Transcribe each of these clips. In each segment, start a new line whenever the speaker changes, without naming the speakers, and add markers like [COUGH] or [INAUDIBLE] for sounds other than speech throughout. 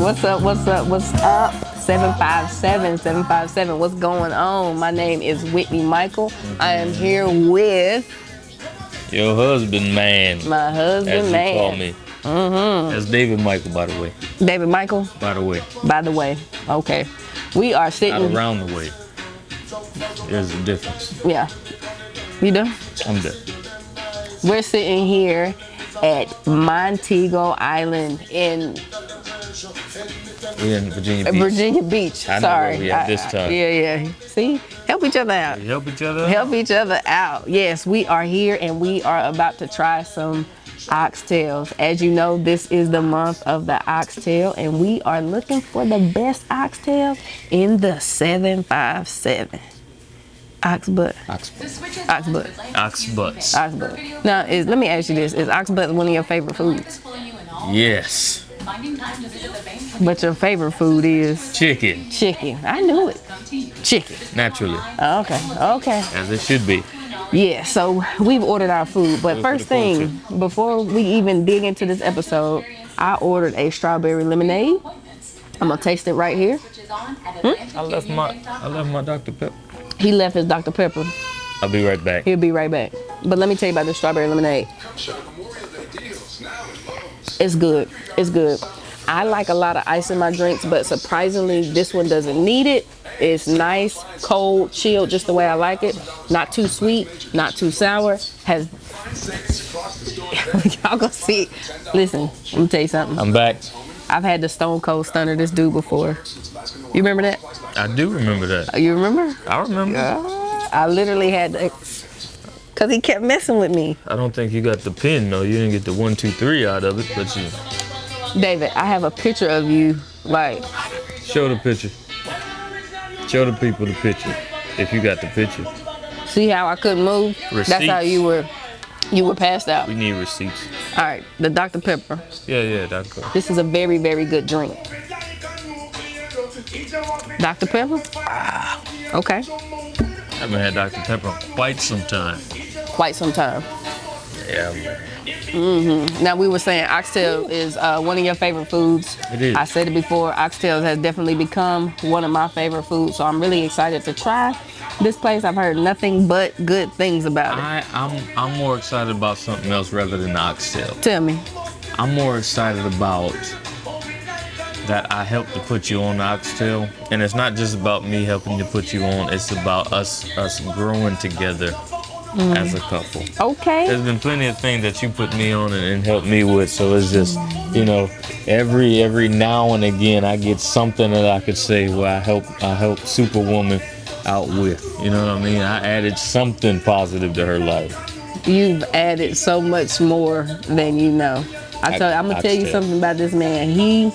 What's up? What's up? What's up? 757 757. What's going on? My name is Whitney Michael. I am here with
Your husband, man.
my
as
husband,
you call
man.
me. Mm-hmm. That's David Michael, by the way.
David Michael,
By the way,
by the way. Okay. We are
not
sitting.
around the way. There's a difference.
Yeah. You done?
I'm there.
We're sitting here at Montego Island in
We're in Virginia Beach.
Virginia Beach.
I know
Sorry.
where we at this time.
Yeah, yeah. See? Help each other out.
We help each other. out.
help each other out. Yes, we are here and we are about to try some oxtails. As you know, this is the month of the oxtail, and we are looking for the best oxtail in the 757. Ox butt. Ox butt.
Ox butts.
Ox butt. Now, is, let me ask you this Is ox butt one of your favorite foods?
Yes.
But your favorite food is
Chicken,
chicken. I knew it. Chicken.
naturally,
Okay, okay.
as it should be.
Yeah, so we've ordered our food, but
Wait for
first
the phone
thing, before we even dig into this episode, I ordered a strawberry lemonade. I'm gonna taste it right here. Hmm?
I left my I left my Dr. Pepper.
He left his Dr. Pepper.
I'll be right back.
He'll be right back. But let me tell you about this strawberry lemonade. It's good. It's good. I like a lot of ice in my drinks, but surprisingly, this one doesn't need it. It's nice, cold, chilled, just the way I like it. Not too sweet, not too sour. Has [LAUGHS] y'all gonna see? Listen, let me tell you something.
I'm back.
I've had the Stone Cold Stunner this dude before. You remember that?
I do remember that.
You remember?
I remember.
Uh, I literally had to, cause he kept messing with me.
I don't think you got the pin though. You didn't get the one, two, three out of it, but you
David, I have a picture of you. Like,
show the picture. Show the people the picture. If you got the picture,
see how I couldn't move? That's how
Receipts.
you were. You were passed out.
we
All
need receipts.
right, the Dr. Pepper.
Yeah, yeah, Dr.
This is a very, very good drink. Dr. Pepper? Ah. Okay,
I haven't had Dr. Pepper in quite some time.
quite some time.
Yeah, man.
Now, we were saying oxtail is uh, one of your favorite foods.
It is.
I said it before, oxtails has definitely become one of my favorite foods, so I'm really excited to try this place. I've heard nothing but good things about it.
I, I'm I'm more excited about something else rather than the oxtail.
Tell me.
I'm more excited about that I helped to put you on the oxtail. And it's not just about me helping to put you on, it's about us us growing together as a couple.
Okay.
There's been plenty of things that you put me on and, and helped me with, so it's just, you know, every every now and again I get something that I could say where I help I help Superwoman out with. You know what I mean? I added something positive to her life.
You've added so much more than you know. I
I-
tell, I'm gonna
I
tell you
tell.
something about this man. He,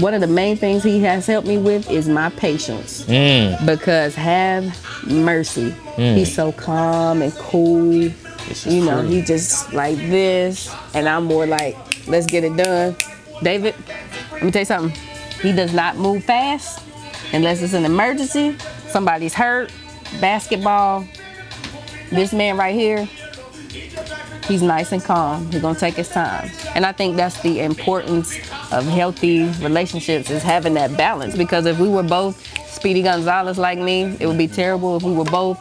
one of the main things he has helped me with is my patience.
Mm.
Because have mercy, he's so calm and cool.
This is
You know,
true.
he just like this, and I'm more like, let's get it done. David, let me tell you something. He does not move fast unless it's an emergency. Somebody's hurt. Basketball. This man right here, he's nice and calm. He's gonna take his time. And I think that's the importance of healthy relationships is having that balance. Because if we were both Speedy Gonzalez like me, it would be terrible. If we were both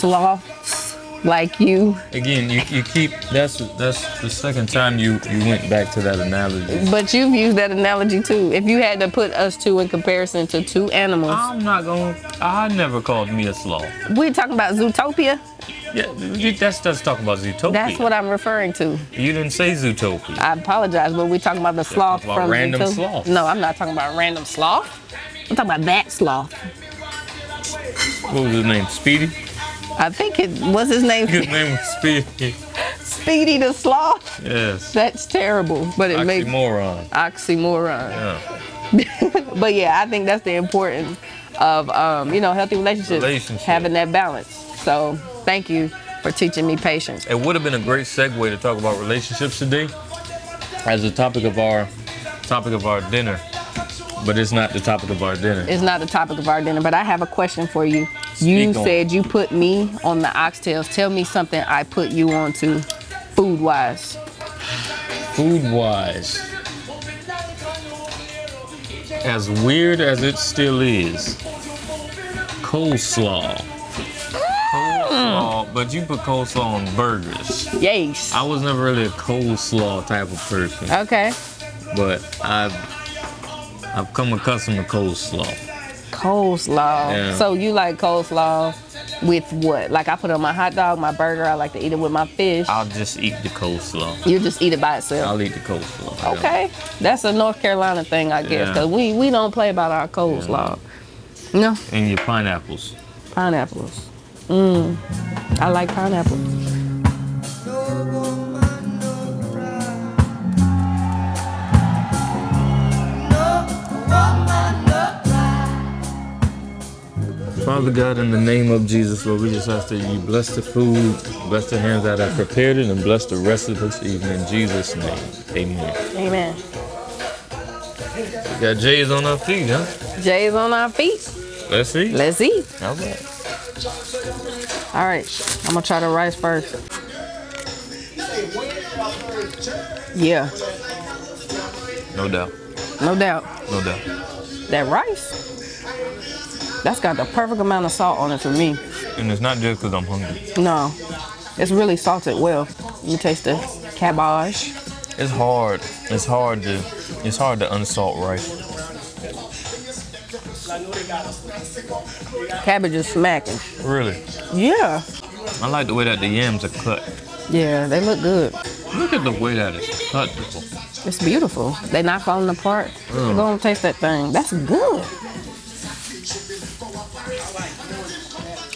sloths like you.
Again, you, you keep that's that's the second time you you went back to that analogy.
But you've used that analogy too. If you had to put us two in comparison to two animals,
I'm not going. to I never called me a sloth.
we're talking about Zootopia.
Yeah, you- that's that's talking about Zootopia.
That's what I'm referring to.
you didn't say Zootopia.
I apologize, but we're talking about the sloth
about
from
random
Zootopia.
sloths.
No, I'm not talking about random sloth. I'm talking about that sloth.
What was his name? Speedy.
I think it was his
His
name
name was Speedy. [LAUGHS]
Speedy the Sloth.
Yes.
That's terrible, but it makes
Oxymoron.
oxymoron.
Yeah.
[LAUGHS] But yeah, I think that's the importance of um, you know healthy relationships,
Relationship.
having that balance. So thank you for teaching me patience.
It would have been a great segue to talk about relationships today, as the topic of our topic of our dinner, but it's not the topic of our dinner.
It's not the topic of our dinner, but I have a question for you. you
Speak on.
said you put me on the oxtails. Tell me something I put you on to food wise.
Food wise, as weird as it still is, coleslaw. Coleslaw, but you put coleslaw on burgers.
Yes.
I was never really a coleslaw type of person,
Okay.
but I've I've come accustomed to coleslaw.
Coleslaw.
Yeah.
So you like coleslaw with what? Like I put it on my hot dog, my burger. I like to eat it with my fish.
I'll just eat the coleslaw.
you just eat it by itself.
I'll eat the coleslaw. yeah.
Okay, that's a North Carolina thing, I guess,
Yeah.
because we we don't play about our coleslaw. No
And your pineapples.
pineapples. Mmm, I like pineapples.
Father God, in the name of Jesus, Lord, we just ask that you bless the food, bless the hands that have prepared it, and bless the rest of this evening. In Jesus' name, amen.
Amen.
We got J's on our feet, huh?
Jay's on our feet.
Let's see.
Let's eat.
Okay.
All right, I'm gonna try the rice first. Yeah,
No doubt.
no doubt.
No doubt.
That rice, that's got the perfect amount of salt on it for me.
And it's not just because I'm hungry.
No, it's really salted well. Let me taste the cabbage.
It's hard. It's hard to. It's hard to unsalt rice.
Cabbage is smacking.
Really.
Yeah.
I like the way that the yams are cut.
Yeah, they look good.
Look at the way that it's cut. people.
It's beautiful. They're not falling apart.
Mm.
Go and taste that thing. That's good.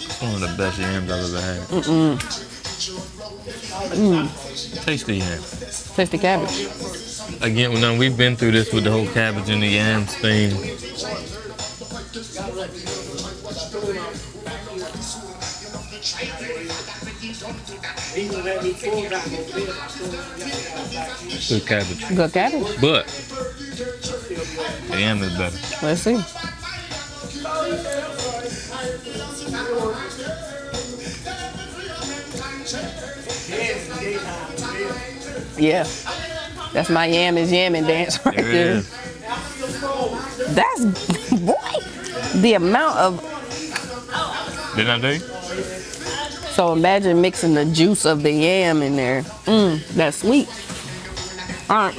It's one of the best yams I've ever had. Mm-mm. Taste the yam.
Taste the cabbage.
Again, well, now we've been through this with the whole cabbage and the yams thing. Good cabbage.
Good cabbage.
But the yam is better.
Let's see. Yeah. That's my yam is yamming dance [LAUGHS] right
There it
there.
is.
That's [LAUGHS] boy. The amount of
Didn't I tell you?
So imagine mixing the juice of the yam in there. Mmm, that's sweet. All right.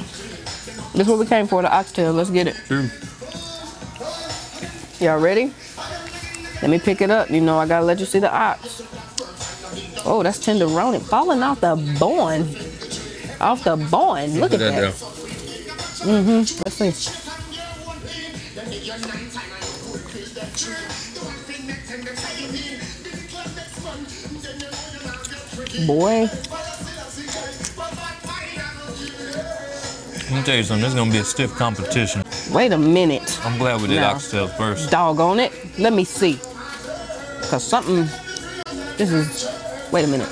This what we came for, the oxtail. Let's get it.
True.
Y'all ready? Let me pick it up. You know, I gotta let you see the ox. Oh, that's tenderoni falling off the bone. Off the bone. Look at that.
though.
Let's see. Boy,
Let me tell you something. This is gonna be a stiff competition.
wait a minute.
I'm glad we did
No.
oxtail first.
Dog on it. Let me see. Cause something. This is. Wait a minute.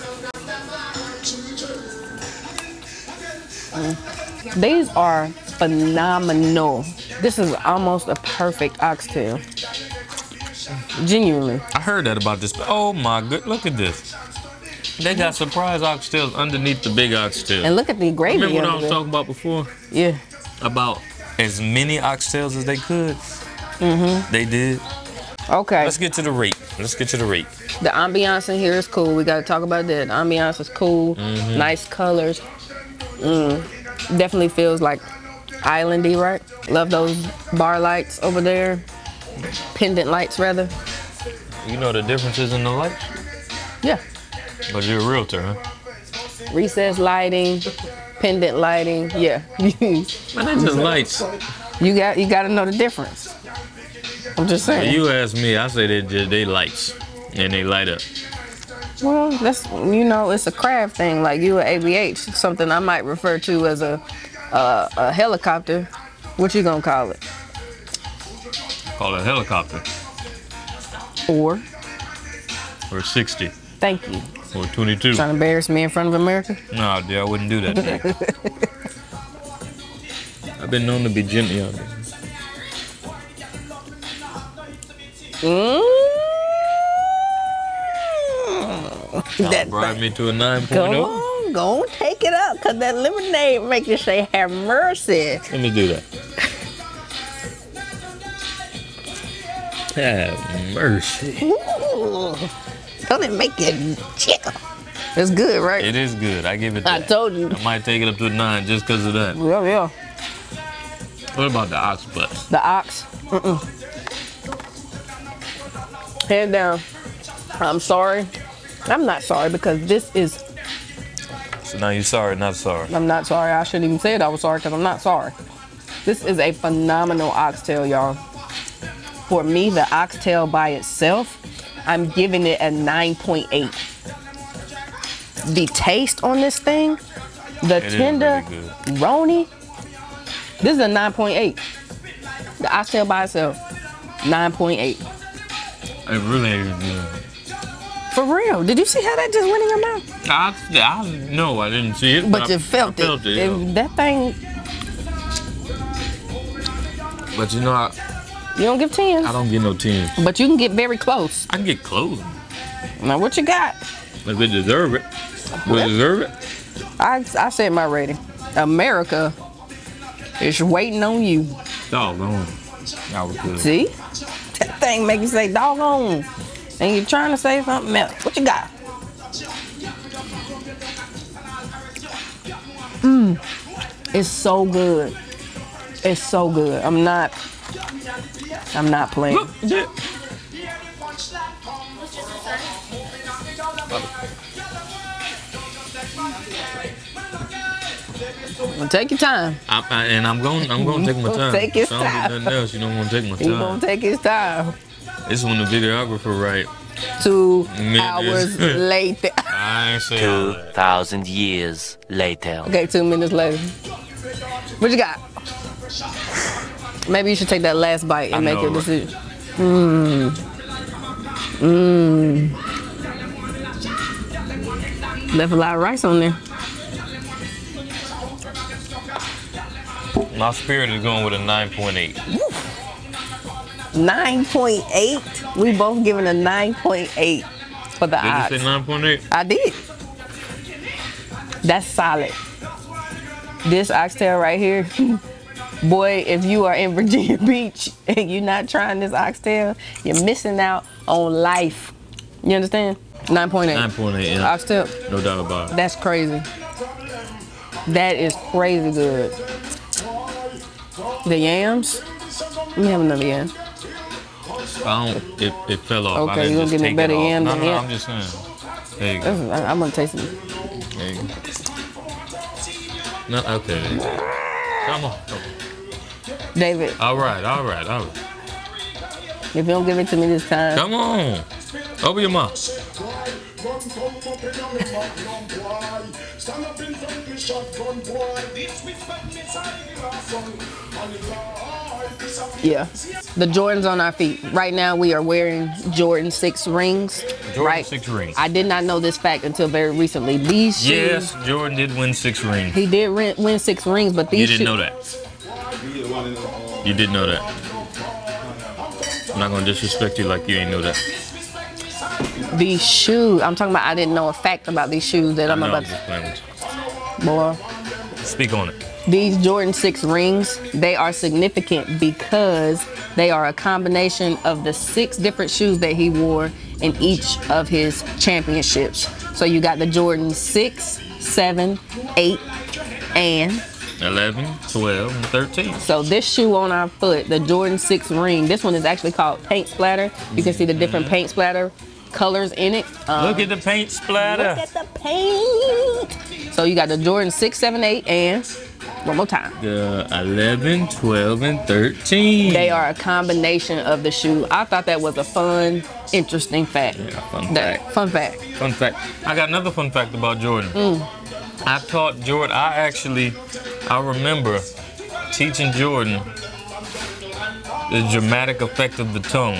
Mm. These are phenomenal. This is almost a perfect oxtail. Genuinely.
I heard that about this. Oh my good! Look at this. They got surprise oxtails underneath the big oxtail.
And look at the gravy.
Remember what I
under
was
there.
talking about before?
Yeah.
About as many oxtails as they could. Mm-hmm. They did.
Okay.
Let's get to the rate. Let's get to the rate.
The ambiance in here is cool. We gotta talk about that. The ambiance is cool. Nice colors. Mm, definitely feels like islandy, right? Love those bar lights over there. Pendant lights, rather.
You know the differences in the lights?
Yeah.
But you're a realtor, huh?
Recess lighting, pendant lighting. Yeah. [LAUGHS] you
Man, they just lights.
got you gotta know the difference. I'm just saying.
You ask me, I say they just they lights. And they light up.
Well, that's you know, it's a craft thing. Like you at ABH, something I might refer to as a uh, a helicopter. What you gonna call it?
Call it a helicopter.
Or
Or 60.
thank you.
Or 22.
Trying to embarrass me in front of America?
Nah, dude, I wouldn't do that. dude. I've been known to be gently on it.
Mm.
That
That
brought
thing.
me to a oh. 9.0.
Go on, go on, take it up, cause that lemonade make you say have mercy.
Let me do that. Have mercy.
Ooh, don't it make you jiggle? It's good, right?
It is good. I give it.
I
that.
told you.
I might take it up to a nine just because of that.
Yeah, yeah.
What about the ox butt?
The ox. Mm-mm. Hand down. I'm sorry. I'm not sorry because this is.
So now you sorry, not sorry.
I'm not sorry. I shouldn't even say it. I was sorry because I'm not sorry. This is a phenomenal oxtail, y'all. For me, the oxtail by itself, I'm giving it a 9.8. The taste on this thing, the
is
tender
really good.
roni, this is a 9.8. The oxtail by itself, 9.8.
It really is good.
For real? Did you see how that just went in your mouth?
I, I no, I didn't see it.
But
I-
you felt,
I felt
it.
it. yeah.
And That thing,
But you know, I,
you don't give
I
10s.
don't get no tens.
But you can get very close.
I can get close
Now, what you got?
if they deserve it. We deserve it.
I, I said my rating. America is waiting on you.
Doggone. That was good.
See? That thing make you say, doggone. And you're trying to say something else. What you got? Mmm. Mm. It's so good. It's so good. I'm not, I'm not playing.
Look, yeah.
Take your time.
I, I, and I'm going. I'm going to take my
Gonna
time.
take your
If I don't get
time.
nothing else. You don't want to take my
He gonna
time.
take his time.
This is when the videographer right.
Two
Niggas.
hours later.
I ain't say all that.
2,000 years later.
okay, two minutes later. What you got? Maybe you should take that last bite and
I
make
know,
your
right?
decision. Mm. Mmm. Mmm. Left a lot of rice on there.
My spirit is going with a 9.8.
9.8. We both giving a 9.8 for the
Did
odds.
you say 9.8?
I did. That's solid. This oxtail right here, [LAUGHS] boy, if you are in Virginia [LAUGHS] Beach and you're not trying this oxtail, you're missing out on life. You understand? 9.8.
9.8. Yeah.
Oxtail,
No doubt about it.
that's crazy. That is crazy good. The yams, let me have another yam.
I don't. It, it fell off. I
Okay,
didn't
you gonna
just
give me
take it
better
off.
yams
No,
than
no, no.
that?
I'm just saying. There you
This
go.
is- I- I'm gonna taste it.
There you go. No, okay. there you go. Come on. come on.
David,
All right. All right. All right.
if you don't give it to me this time,
Come on. Open your mouth.
Stand up in front me shotgun boy. This with madness I give a song. On the light, this a
Yeah. The Jordans on our feet. Right now we are wearing Jordan 6 rings.
Jordan
right?
6 rings.
I did not know this fact until very recently. These shoes.
Yes, Jordan did win six rings.
He did rent, win 6 rings, but these
You
shoes-
didn't know that. You did know that. I'm not gonna disrespect you like you ain't know that.
these shoes. I'm talking about I didn't know a fact about these shoes that I'm
No,
about
I'm just
to
playing with
boy.
you. Speak on it.
These Jordan 6 rings, they are significant because they are a combination of the six different shoes that he wore in each of his championships. So you got the Jordan 6, 7, 8, and
11, 12, and 13.
So this shoe on our foot, the Jordan 6 ring, this one is actually called paint splatter. You can see the different paint splatter colors in it. Um,
Look at the paint
look
splatter.
at the paint. So you got the Jordan 6, 7, 8, and one more time.
The 11, 12, and 13.
They are a combination of the shoe. I thought that was a fun, interesting fact.
fun
That- Fun fact.
Fun fact. I got another fun fact about Jordan. I taught Jordan. I actually, I remember teaching Jordan the dramatic effect of the tongue.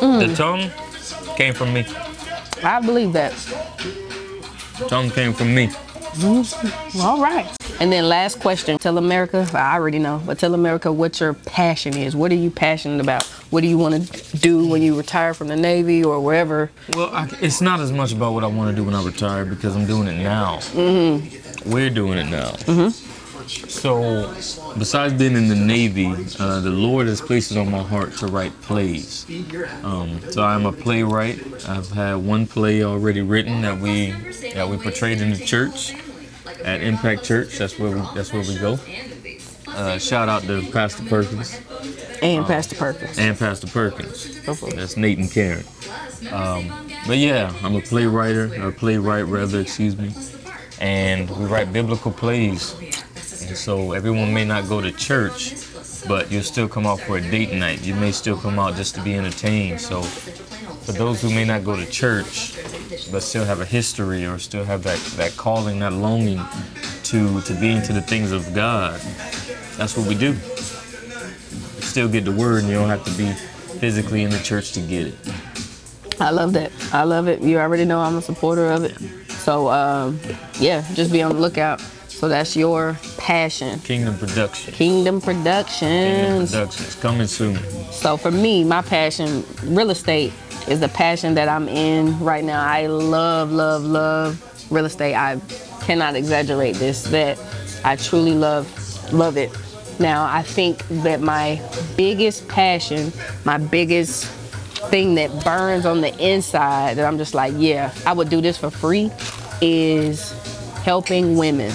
The tongue came from me.
I believe that.
Tongue came from me.
All right. And then last question. Tell America, I already know, but tell America what your passion is. What are you passionate about? What do you want to do when you retire from the Navy or wherever?
Well, I, it's not as much about what I want to do when I retire because I'm doing it now. We're doing it now. So, besides being in the Navy, uh, the Lord has places on my heart to write plays. Um, so I'm a playwright. I've had one play already written that we that we portrayed in the church at Impact Church. That's where we, that's where we go. Uh, shout out to Pastor Perkins
And Pastor Perkins.
and Pastor Perkins. That's Nate and Karen. Um, but yeah, I'm a playwright, a playwright rather, excuse me, and we write biblical plays. And so everyone may not go to church, but you'll still come out for a date night. You may still come out just to be entertained. So for those who may not go to church, but still have a history or still have that, that calling, that longing to to be into the things of God, that's what we do still get the word and you don't have to be physically in the church to get it.
I love that. I love it. You already know I'm a supporter of it. So um, yeah, just be on the lookout. So that's your passion.
Kingdom Productions.
Kingdom
Kingdom
Productions.
Productions coming soon.
So for me, my passion, real estate, is the passion that I'm in right now. I love, love, love real estate. I cannot exaggerate this. That I truly love, love it. Now I think that my biggest passion, my biggest thing that burns on the inside that I'm just like, yeah, I would do this for free, is helping women.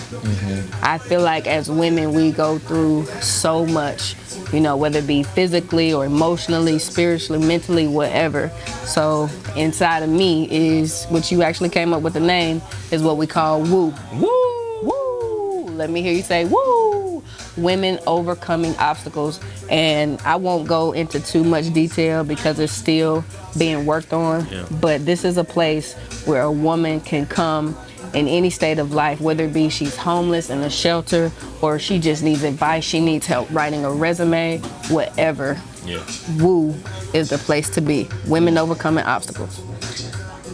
I feel like as women, we go through so much, you know, whether it be physically or emotionally, spiritually, mentally, whatever. So inside of me is what you actually came up with the name is what we call woo. Woo! Woo! Let me hear you say woo! Women overcoming obstacles. And I won't go into too much detail because it's still being worked on.
Yeah.
But this is a place where a woman can come in any state of life, whether it be she's homeless in a shelter or she just needs advice, she needs help writing a resume, whatever.
Yeah.
Woo is the place to be. Women overcoming obstacles.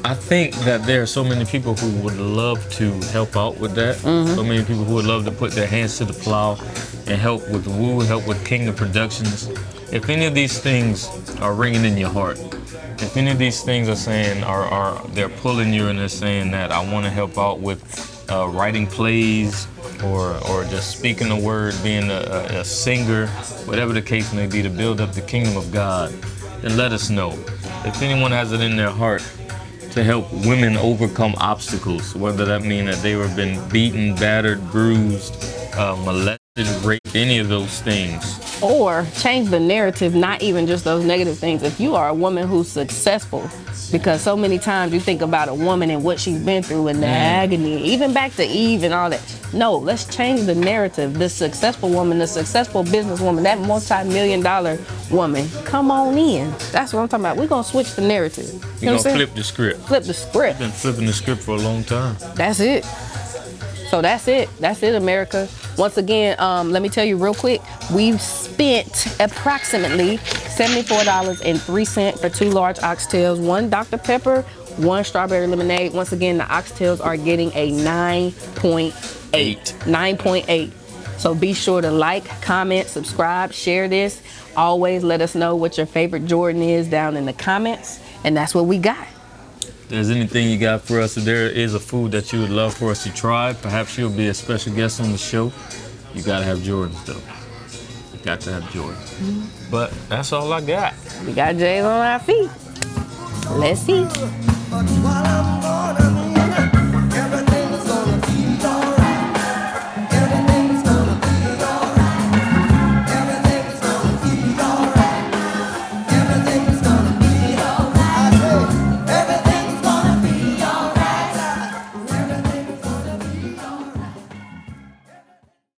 I think that there are so many people who would love to help out with that. So many people who would love to put their hands to the plow and help with Woo, help with Kingdom Productions. If any of these things are ringing in your heart, if any of these things are saying are, are they're pulling you and they're saying that I want to help out with uh, writing plays or or just speaking the word, being a, a, a singer, whatever the case may be, to build up the kingdom of God, then let us know. If anyone has it in their heart to help women overcome obstacles, whether that mean that they were been beaten, battered, bruised, uh, molested, raped, any of those things.
or change the narrative, not even just those negative things. If you are a woman who's successful, because so many times you think about a woman and what she's been through and the agony, even back to Eve and all that. No, let's change the narrative. The successful woman, the successful businesswoman, that multi-million dollar woman, come on in. That's what I'm talking about. We're gonna switch the narrative. You
You
know
know,
what I'm saying?
flip the script.
Flip the script.
Been flipping the script for a long time.
That's it. So that's it. That's it, America. Once again, um, let me tell you real quick. We've spent approximately $74.03 for two large oxtails, one Dr. Pepper, one strawberry lemonade. Once again, the oxtails are getting a 9.8. 9.8. So be sure to like, comment, subscribe, share this. Always let us know what your favorite Jordan is down in the comments. And that's what we got.
If there's anything you got for us, if there is a food that you would love for us to try, perhaps you'll be a special guest on the show. You gotta have Jordans though. You got to have Jordans. But that's all I got.
We got J's on our feet. Let's see.
But while I'm gone,